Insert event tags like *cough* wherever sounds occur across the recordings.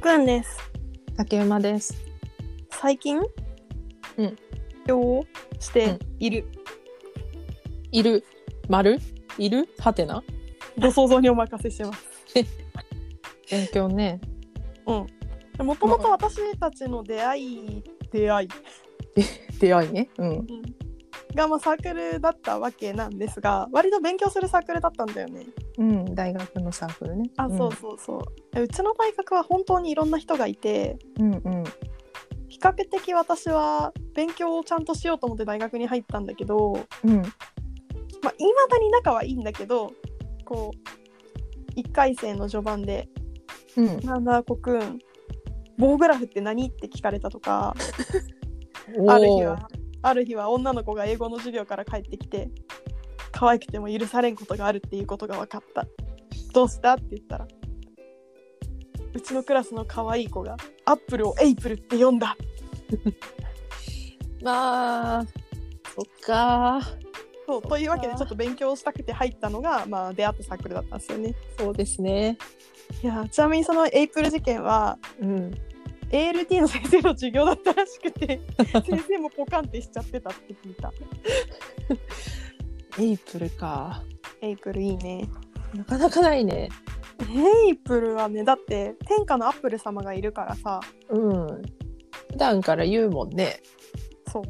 くんです。竹馬です。最近うん。をしている。いる。丸いるはてなご想像にお任せしてます。勉強ね。うん。もともと私たちの出会い、出会い、出会いね。うん。が、まあ、サークルだったわけなんですが、割と勉強するサークルだったんだよね。うん。大学のサークルね。あ、そうそうそう。うちの大学は本当にいろんな人がいて、うん。うん比較的私は勉強をちゃんとしようと思って大学に入ったんだけど、うん。うん。まあ、いまだに仲はいいんだけどこう1回生の序盤でうん「なんだこくん棒グラフって何?」って聞かれたとかある日はある日は女の子が英語の授業から帰ってきて「可愛くても許されんことがあるっていうことが分かった」「どうした?」って言ったら「うちのクラスの可愛い子がアップルをエイプルって呼んだ」まあ、そっか。そうというわけでちょっと勉強したくて入ったのが、まあ、出会ったサークルだったんですよね。そうですね。いやーちなみにそのエイプル事件はうん。 ALT の先生の授業だったらしく *laughs* て先生もポカンってしちゃってたって聞いたエイプルか。エイプルいいねなかなかないね。エイプルはねだって天下のアップル様がいるからさうん。普段から言うもんね。そう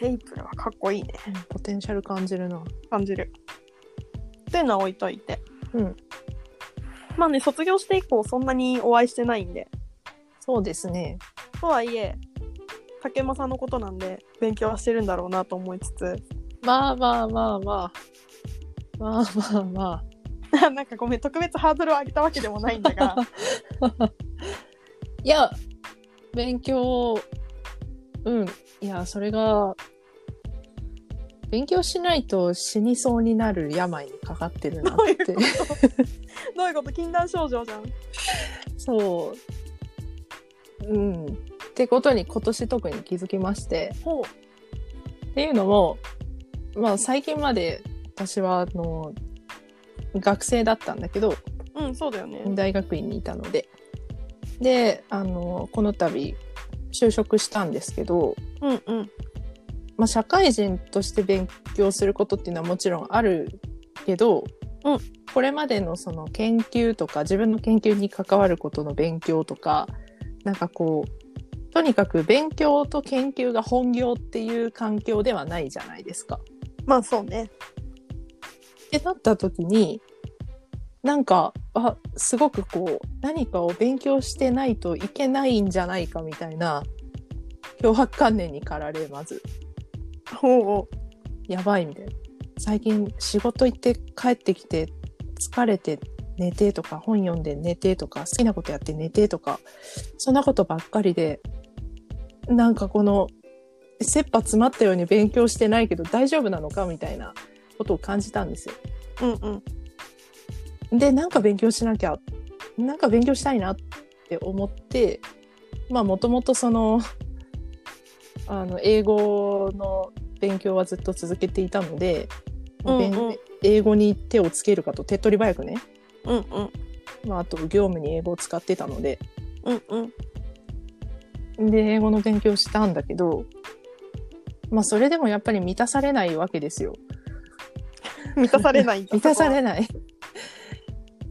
エイプルはかっこいいねポテンシャル感じるな。感じるっていうのは置いといてうんまあね卒業して以降そんなにお会いしてないんでそうですね。とはいえ竹馬さんのことなんで勉強はしてるんだろうなと思いつつ *laughs* まあまあまあまあ。まあまあまあ。なんかごめん特別ハードルを上げたわけでもないんだ *laughs* がいや、勉強、うん。いや、それが、勉強しないと死にそうになる病にかかってるなどういっうこと。てどういうこと禁断症状じゃん *laughs* そう。うん。ってことに今年特に気づきまして。ほうっていうのも、まあ最近まで私は、あの、学生だったんだけど、うん、そうだよね。大学院にいたので。で、あの、この度、就職したんですけど、うんうん。まあ、社会人として勉強することっていうのはもちろんあるけど、うんこれまでのその研究とか自分の研究に関わることの勉強とかなんかこうとにかく勉強と研究が本業っていう環境ではないじゃないですか。まあそうね。ってなった時になんかあすごくこう何かを勉強してないといけないんじゃないかみたいな脅迫観念に駆られまず。ほうほやばいみたいな最近仕事行って帰ってきて疲れて寝てとか本読んで寝てとか好きなことやって寝てとかそんなことばっかりでなんかこの切羽詰まったように勉強してないけど大丈夫なのかみたいなことを感じたんですよ。う。うんうん。でなんか勉強しなきゃなんか勉強したいなって思ってまあもともとその *laughs* あの英語の勉強はずっと続けていたので、まあ勉うんうん英語に手をつけるかと手っ取り早くね、うんうん。まあ、あと業務に英語を使ってたのでうんうん。で英語の勉強したんだけど、まあ、それでもやっぱり満たされないわけですよ。満たされない。満たされない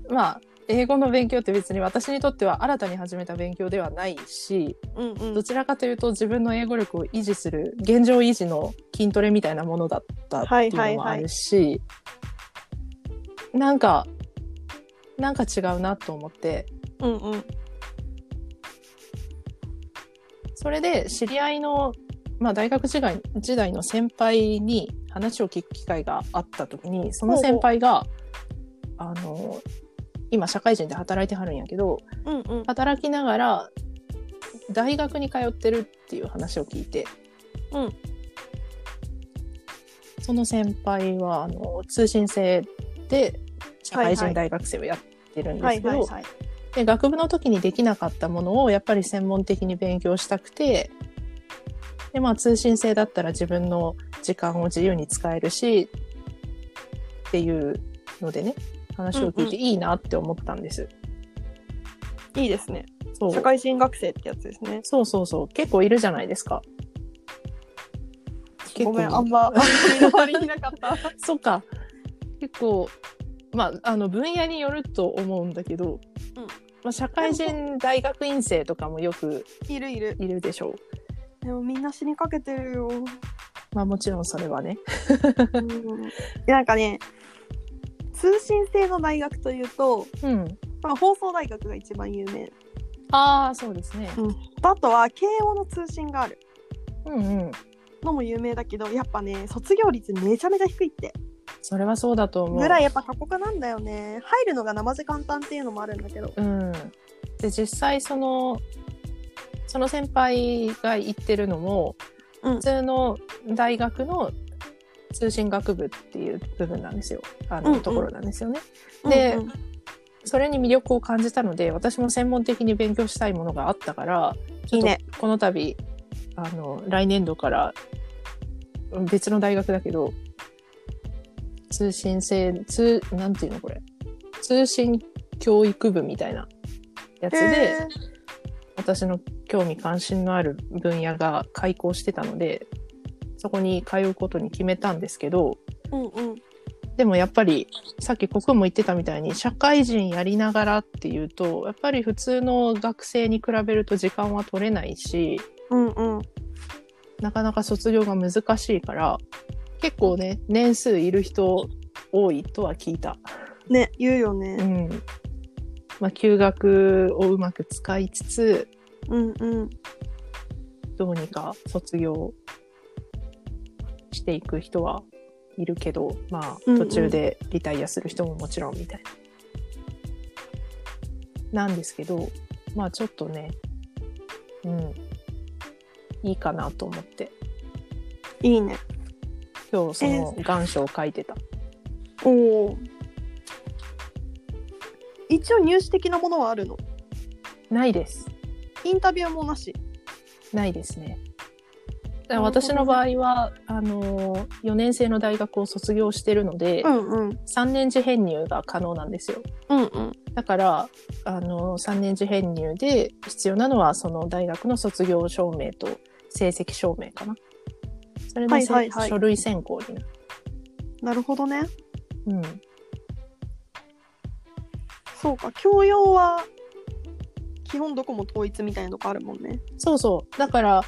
まあ英語の勉強って別に私にとっては新たに始めた勉強ではないしうんうん。どちらかというと自分の英語力を維持する現状維持の筋トレみたいなものだったっていうのもあるし、なんかなんか違うなと思ってうんうん。それで知り合いの、まあ、大学時代時代の先輩に話を聞く機会があった時にその先輩があの今社会人で働いてはるんやけどうんうん。働きながら大学に通ってるっていう話を聞いて、うんその先輩はあの通信制で社会はいは人い大学生をやってるんではすいけはいどはい。で学部の時にできなかったものをやっぱり専門的に勉強したくてで、まあ、通信制だったら自分の時間を自由に使えるしっていうのでね話を聞いていいなって思ったんです。いいですね。そう社会人学生ってやつですね。そうそうそう結構いるじゃないですか結構ごめん、あんま、あんまりの周りにいなかった。 *laughs* そっか結構まああの分野によると思うんだけど、うんまあ、社会人大学院生とかもよくいるいる。いるでしょうでもみんな死にかけてるよ。まあもちろんそれはねうんなんかね、通信制の大学というと、うんまあ、放送大学が一番有名。ああそうですねあとは慶応の通信があるうんうんのも有名だけど、やっぱね、卒業率めちゃめちゃ低いって。それはそうだと思うぐらいやっぱ過酷なんだよね。入るのが生地簡単っていうのもあるんだけど。うん、で実際そのその先輩が言ってるのも、うん普通の大学の通信学部っていう部分なんですよあの、うんうんところなんですよね。でうんうんそれに魅力を感じたので私も専門的に勉強したいものがあったからちょいっいとねこの度あの来年度からうん別の大学だけど通信制通なんていうのこれ通信教育部みたいなやつで。へー私の興味関心のある分野が開校してたのでそこに通うことに決めたんですけどうんうん。でもやっぱりさっきここも言ってたみたいに社会人やりながらっていうとやっぱり普通の学生に比べると時間は取れないしうんうん。なかなか卒業が難しいから結構ね年数いる人多いとは聞いた。ね、言うようね。んまあ、休学をうまく使いつつうんうん。どうにか卒業していく人はいるけど、まあ、うんうん途中でリタイアする人ももちろんみたいな。なんですけど、まあちょっとね、うん、いいかなと思って、いいね。今日その願書を書いてた。おお。一応入試的なものはあるの。ないです。インタビューもなし。ないですね。だなるほからどね私の場合は、あの、4年生の大学を卒業してるので、んうん。 3年次編入が可能なんですよ。うんうん。だからあの3年次編入で必要なのはその大学の卒業証明と成績証明かな。それで、はいはいはい書類選考になる。なるほどね。うん、そうか。教養は基本どこも統一みたいなとこあるもんね。そうそうだから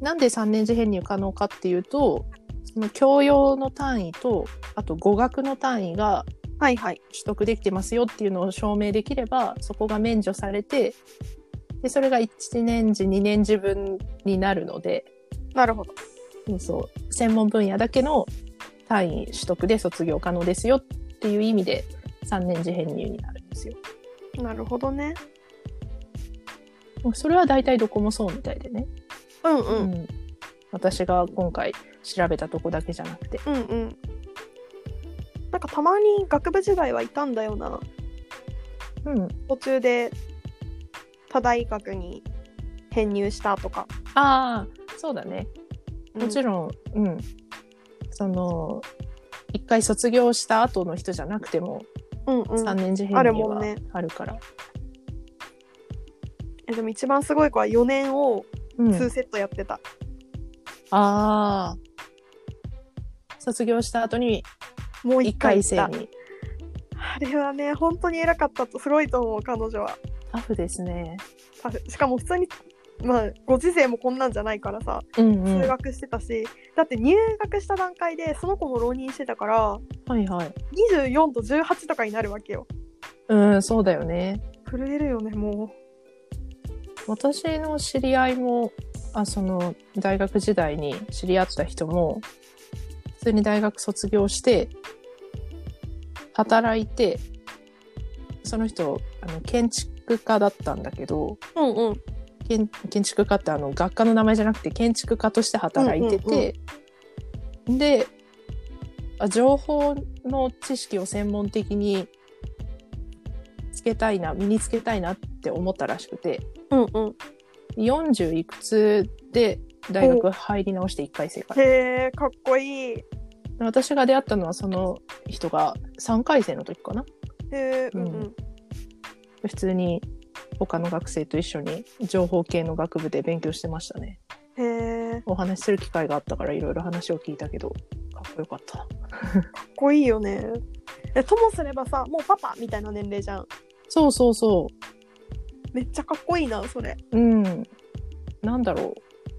なんで3年次編入可能かっていうとその教養の単位とあと語学の単位がはいはい。取得できてますよっていうのを証明できればそこが免除されてでそれが1年次2年次分になるので。なるほど。そうそう専門分野だけの単位取得で卒業可能ですよっていう意味で3年次編入になるんですよ。なるほどね。それは大体どこもそうみたいでね、うんう。うんん私が今回調べたとこだけじゃなくてうんうん。なんかたまに学部時代はいたんだよな。うん途中で他大学に編入したとか。ああそうだねもちん。ろん、うんその一回卒業した後の人じゃなくてもうんうん。 3年次編ある入もんはねあるから、えでも一番すごい子は4年をうん2セットやってた、ああ卒業した後にもう1 1回行っ回生たにあれはね本当に偉かったとすごいと思う彼女はタフですねさしかも普通にまあご時世もこんなんじゃないからさうんうん通学してたし、だって入学した段階でその子も浪人してたからはいはい。 24と18とかになるわけようん、そうだよね。震えるよねも私の知り合いも、あ、その、大学時代に知り合った人も、普通に大学卒業して、働いて、その人、あの、建築家だったんだけど、ううんうん建建築家ってあの学科の名前じゃなくて建築家として働いてて、であ情報の知識を専門的につけたいな身につけたいなって思ったらしくてうんうん40いくつで大学入り直して1回生からへえかっこいいへ私が出会ったのはその人が3回生の時かなえうんううんん普通に他の学生と一緒に情報系の学部で勉強してましたねへえお話しする機会があったからいろいろ話を聞いたけどかっこよかったなかっこいいよねえともすればさもうパパみたいな年齢じゃんそうそうそめっちゃかっこいいなそれううんなんだろう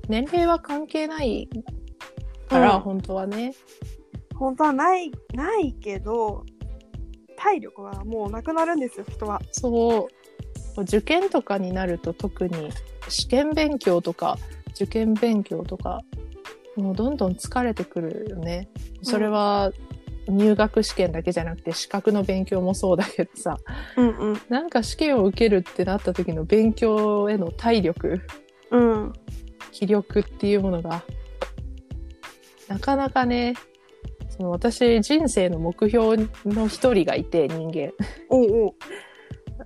年齢は関係ないから、うん本当はね本当はないないけど体力はもうなくなるんですよ人はそう受験とかになると特に試験勉強とか受験勉強とかもうどんどん疲れてくるよね。それは入学試験だけじゃなくて資格の勉強もそうだけどさうんうんなんか試験を受けるってなった時の勉強への体力うん気力っていうものがなかなかねその私人生の目標の一人がいて人間 *laughs* おうおう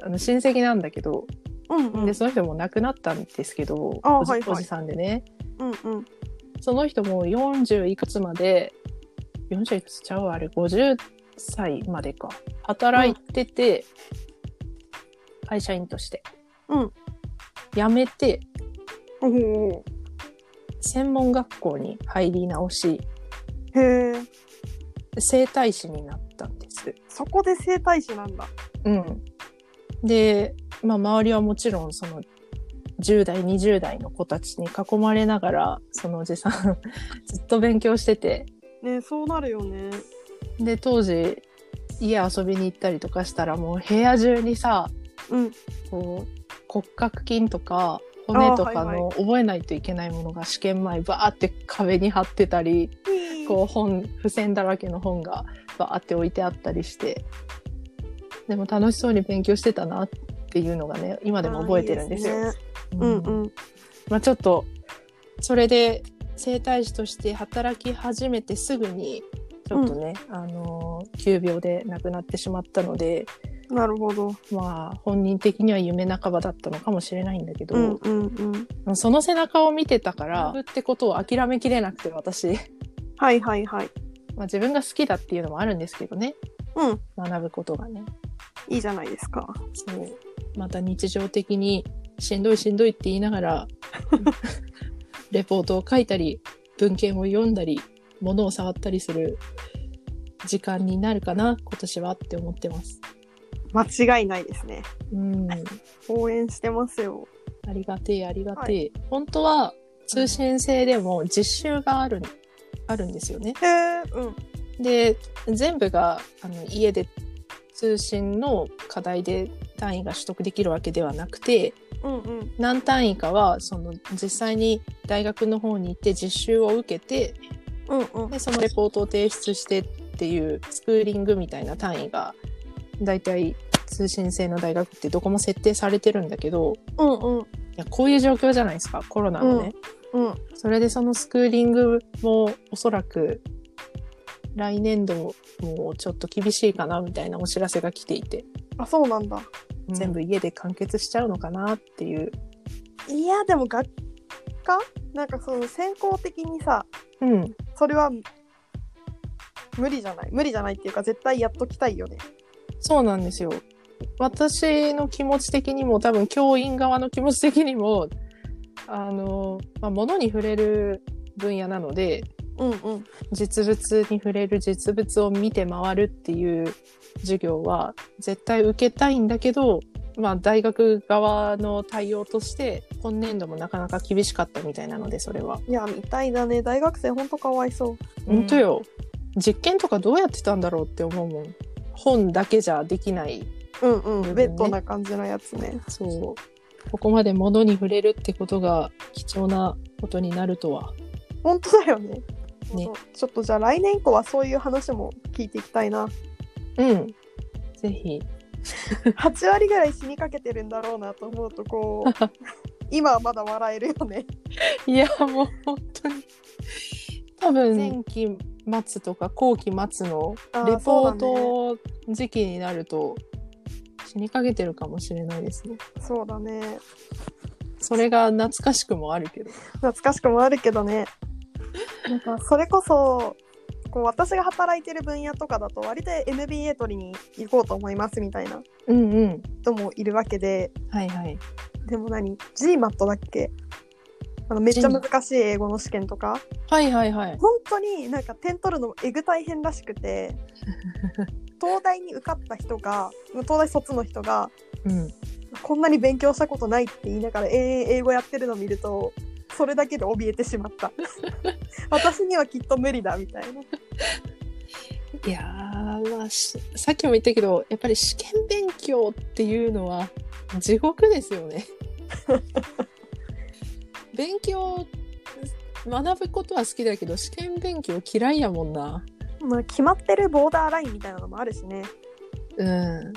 あの親戚なんだけどうんうんでその人も亡くなったんですけど、あおじはいはいおじさんでねうんうんその人も40いくつまで40いくつちゃうわあれ50歳までか働いてて、会社員として、うん辞めておうお専門学校に入り直しうへえ整体師になったんです。そこで整体師なんだうん、で、まあ、周りはもちろんその10代20代の子たちに囲まれながらそのおじさん *laughs* ずっと勉強しててねそうなるよねで当時家遊びに行ったりとかしたらもう部屋中にさうんこう骨格筋とか骨とあかはいのは覚えないといけないものが試験前バーって壁に貼ってたりこう本付箋だらけの本がバーって置いてあったりしてでも楽しそうに勉強してたなっていうのがね今でも覚えてるんですよ。あーいいですねうんうんうんまあ、ちょっとそれで整体師として働き始めてすぐにちょっとね、あのー急病で亡くなってしまったのでなるほどまあ本人的には夢半ばだったのかもしれないんだけど、うんうんうんその背中を見てたから自分ってことを諦めきれなくて私、 *laughs* はいはいはいまあ、自分が好きだっていうのもあるんですけどねうん学ぶことがね。いいじゃないですかそうまた日常的にしんどいしんどいって言いながらレポートを書いたり文献を読んだり物を触ったりする時間になるかな今年はって思ってます。間違いないですねうん、あ応援してますよりがてえありがてえ、本当は通信制でも実習があるあるんですよね。へえうんで全部があの家で通信の課題で単位が取得できるわけではなくて、うんうん何単位かはその実際に大学の方に行って実習を受けてうんうんでそのレポートを提出してっていうスクーリングみたいな単位が大体通信制の大学ってどこも設定されてるんだけどうんうんいやこういう状況じゃないですかコロナのね、うんそれでそのスクーリングもおそらく来年度もちょっと厳しいかなみたいなお知らせが来ていて、あそうなんだ全部家で完結しちゃうのかなっていう、いやでも学科なんかその先行的にさうん、それは無理じゃない無理じゃないっていうか絶対やっときたいよねそうなんですよ。私の気持ち的にも多分教員側の気持ち的にもあの、まあ、物に触れる分野なのでうんうん実物に触れる実物を見て回るっていう授業は絶対受けたいんだけど、まあ、大学側の対応として今年度もなかなか厳しかったみたいなのでそれは。いやみたいだね大学生ほんとかわいそう本当よ、実験とかどうやってたんだろうって思うもん。本だけじゃできないうんうん、うんベッドな感じのやつねそう。ここまで物に触れるってことが貴重なことになるとは。本当だよねねちょっとじゃあ来年以降はそういう話も聞いていきたい *laughs* なうん。ぜひ。 8割ぐらい死にかけてるんだろうなと思うとこう *laughs* 今はまだ笑えるよねいや、もう本当に。多分、前期末とか後期末のあーレポそうだねート時期になると、死にかけてるかもしれないですね。そうだねそれが懐かしくもあるけど。懐かしくもあるけどねなんかそれこそこう私が働いてる分野とかだと割と MBA 取りに行こうと思いますみたいなうんうん。人もいるわけではいはい。でも何 GMAT だっけあのめっちゃ GMAT 難しい英語の試験とかはいはいはい。本当になんか点取るのもえぐ大変らしくて東大に受かった人が東大卒の人がうん。こんなに勉強したことないって言いながら永遠英語やってるの見るとそれだけで怯えてしまった私にはきっと無理だみたいないやー、まあ、しさっきも言ったけど、やっぱり試験勉強っていうのは地獄ですよ *laughs* ね。勉強、学ぶことは好きだけど、試験勉強嫌いやもんな。まあ決まってるボーダーラインみたいなのもあるしねうん。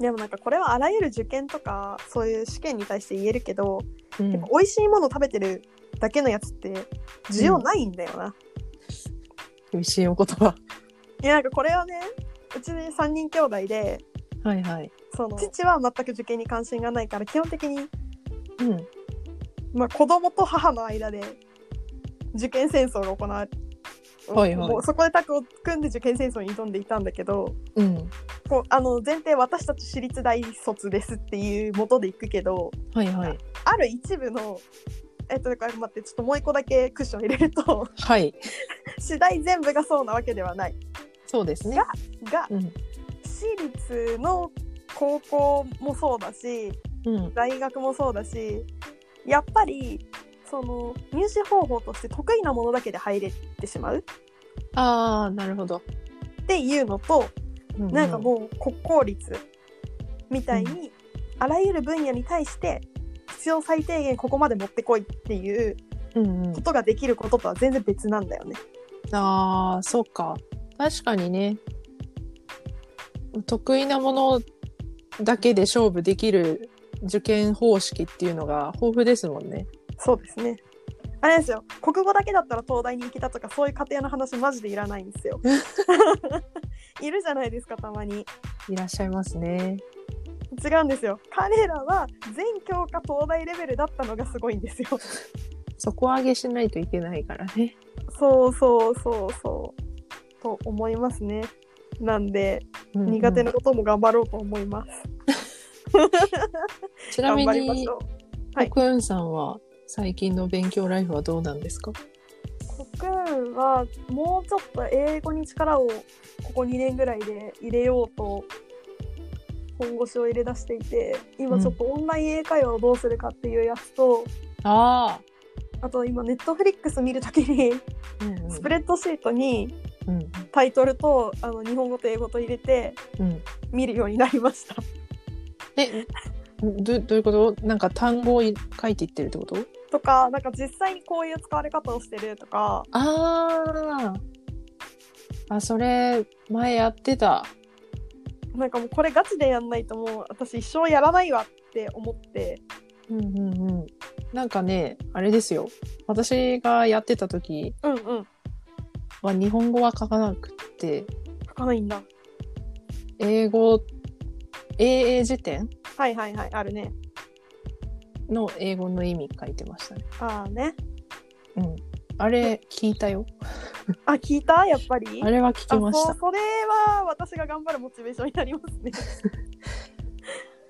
でもなんかこれはあらゆる受験とかそういう試験に対して言えるけど、うんやっぱ美味しいもの食べてるだけのやつって需要ないんだよな、厳しいお言葉。いやなんかこれはねうち3人兄弟ではいはい。その父は全く受験に関心がないから基本的に、うん。まあ、子供と母の間で受験戦争が行われはいはいもうそこでタッグを組んで受験戦争に挑んでいたんだけどうん。こうあの前提私たち私立大卒ですっていうもとで行くけどはいはい。ある一部のえっとだから待ってちょっともう一個だけクッション入れると *laughs* はい。次第全部がそうなわけではないそうですね。がうん。私立の高校もそうだしうん。大学もそうだしやっぱりその入試方法として得意なものだけで入れてしまうああ、なるほど。っていうのと、うなんかもう国公立みたいに、あらゆる分野に対して必要最低限ここまで持ってこいっていううん、うんうんこ。とができることとは全然別なんだよね。ああそうか確かにね得意なものだけで勝負できる受験方式っていうのが豊富ですもんね。そうですねあれですよ国語だけだったら東大に行けたとかそういう家庭の話マジでいらないんですよ。いるじゃないですかたまに。いらっしゃいますね。違うんですよ彼らは全教科東大レベルだったのがすごいんですよ底上げしないといけないからね。そうそうそうそうと思いますねなんでうんうん苦手なことも頑張ろうと思います、ちなみ頑張りましにょうはい奥運さんは最近の勉強ライフはどうなんですか国運はもうちょっと英語に力をここ2年ぐらいで入れようと本腰を入れ出していて今ちょっとオンライン英会話をどうするかっていうやつと、ああと今ネットフリックス見るときにあ、うんうんスプレッドシートにうんタイトルとあの日本語と英語と入れてうん、見るようになりました。 *laughs* えどどういうことなんか単語をい書いていってるってこととかなんか実際にこういう使われ方をしてるとかああ。あ、それ、前やってた。なんかもうこれガチでやんないともう私一生やらないわって思ってうんうんうん。なんかね、あれですよ。私がやってた時うんうんは日本語は書かなくって、書かないんだ英語、英英辞典はいはいはいあるねの英語の意味書いてましたね。ああねうん。あれ、聞いたよ。あ聞いたやっぱりあれは聞きましあた。そうそれは私が頑張るモチベーションになります *laughs* ね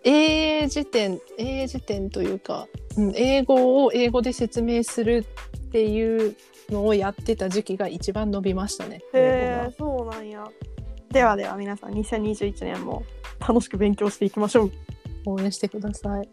英英辞典、英英辞典というか、うん、英語を英語で説明するっていうのをやってた時期が一番伸びましたね。英語がへえそうなんやではでは皆さん2021年も楽しく勉強していきましょう応援してください。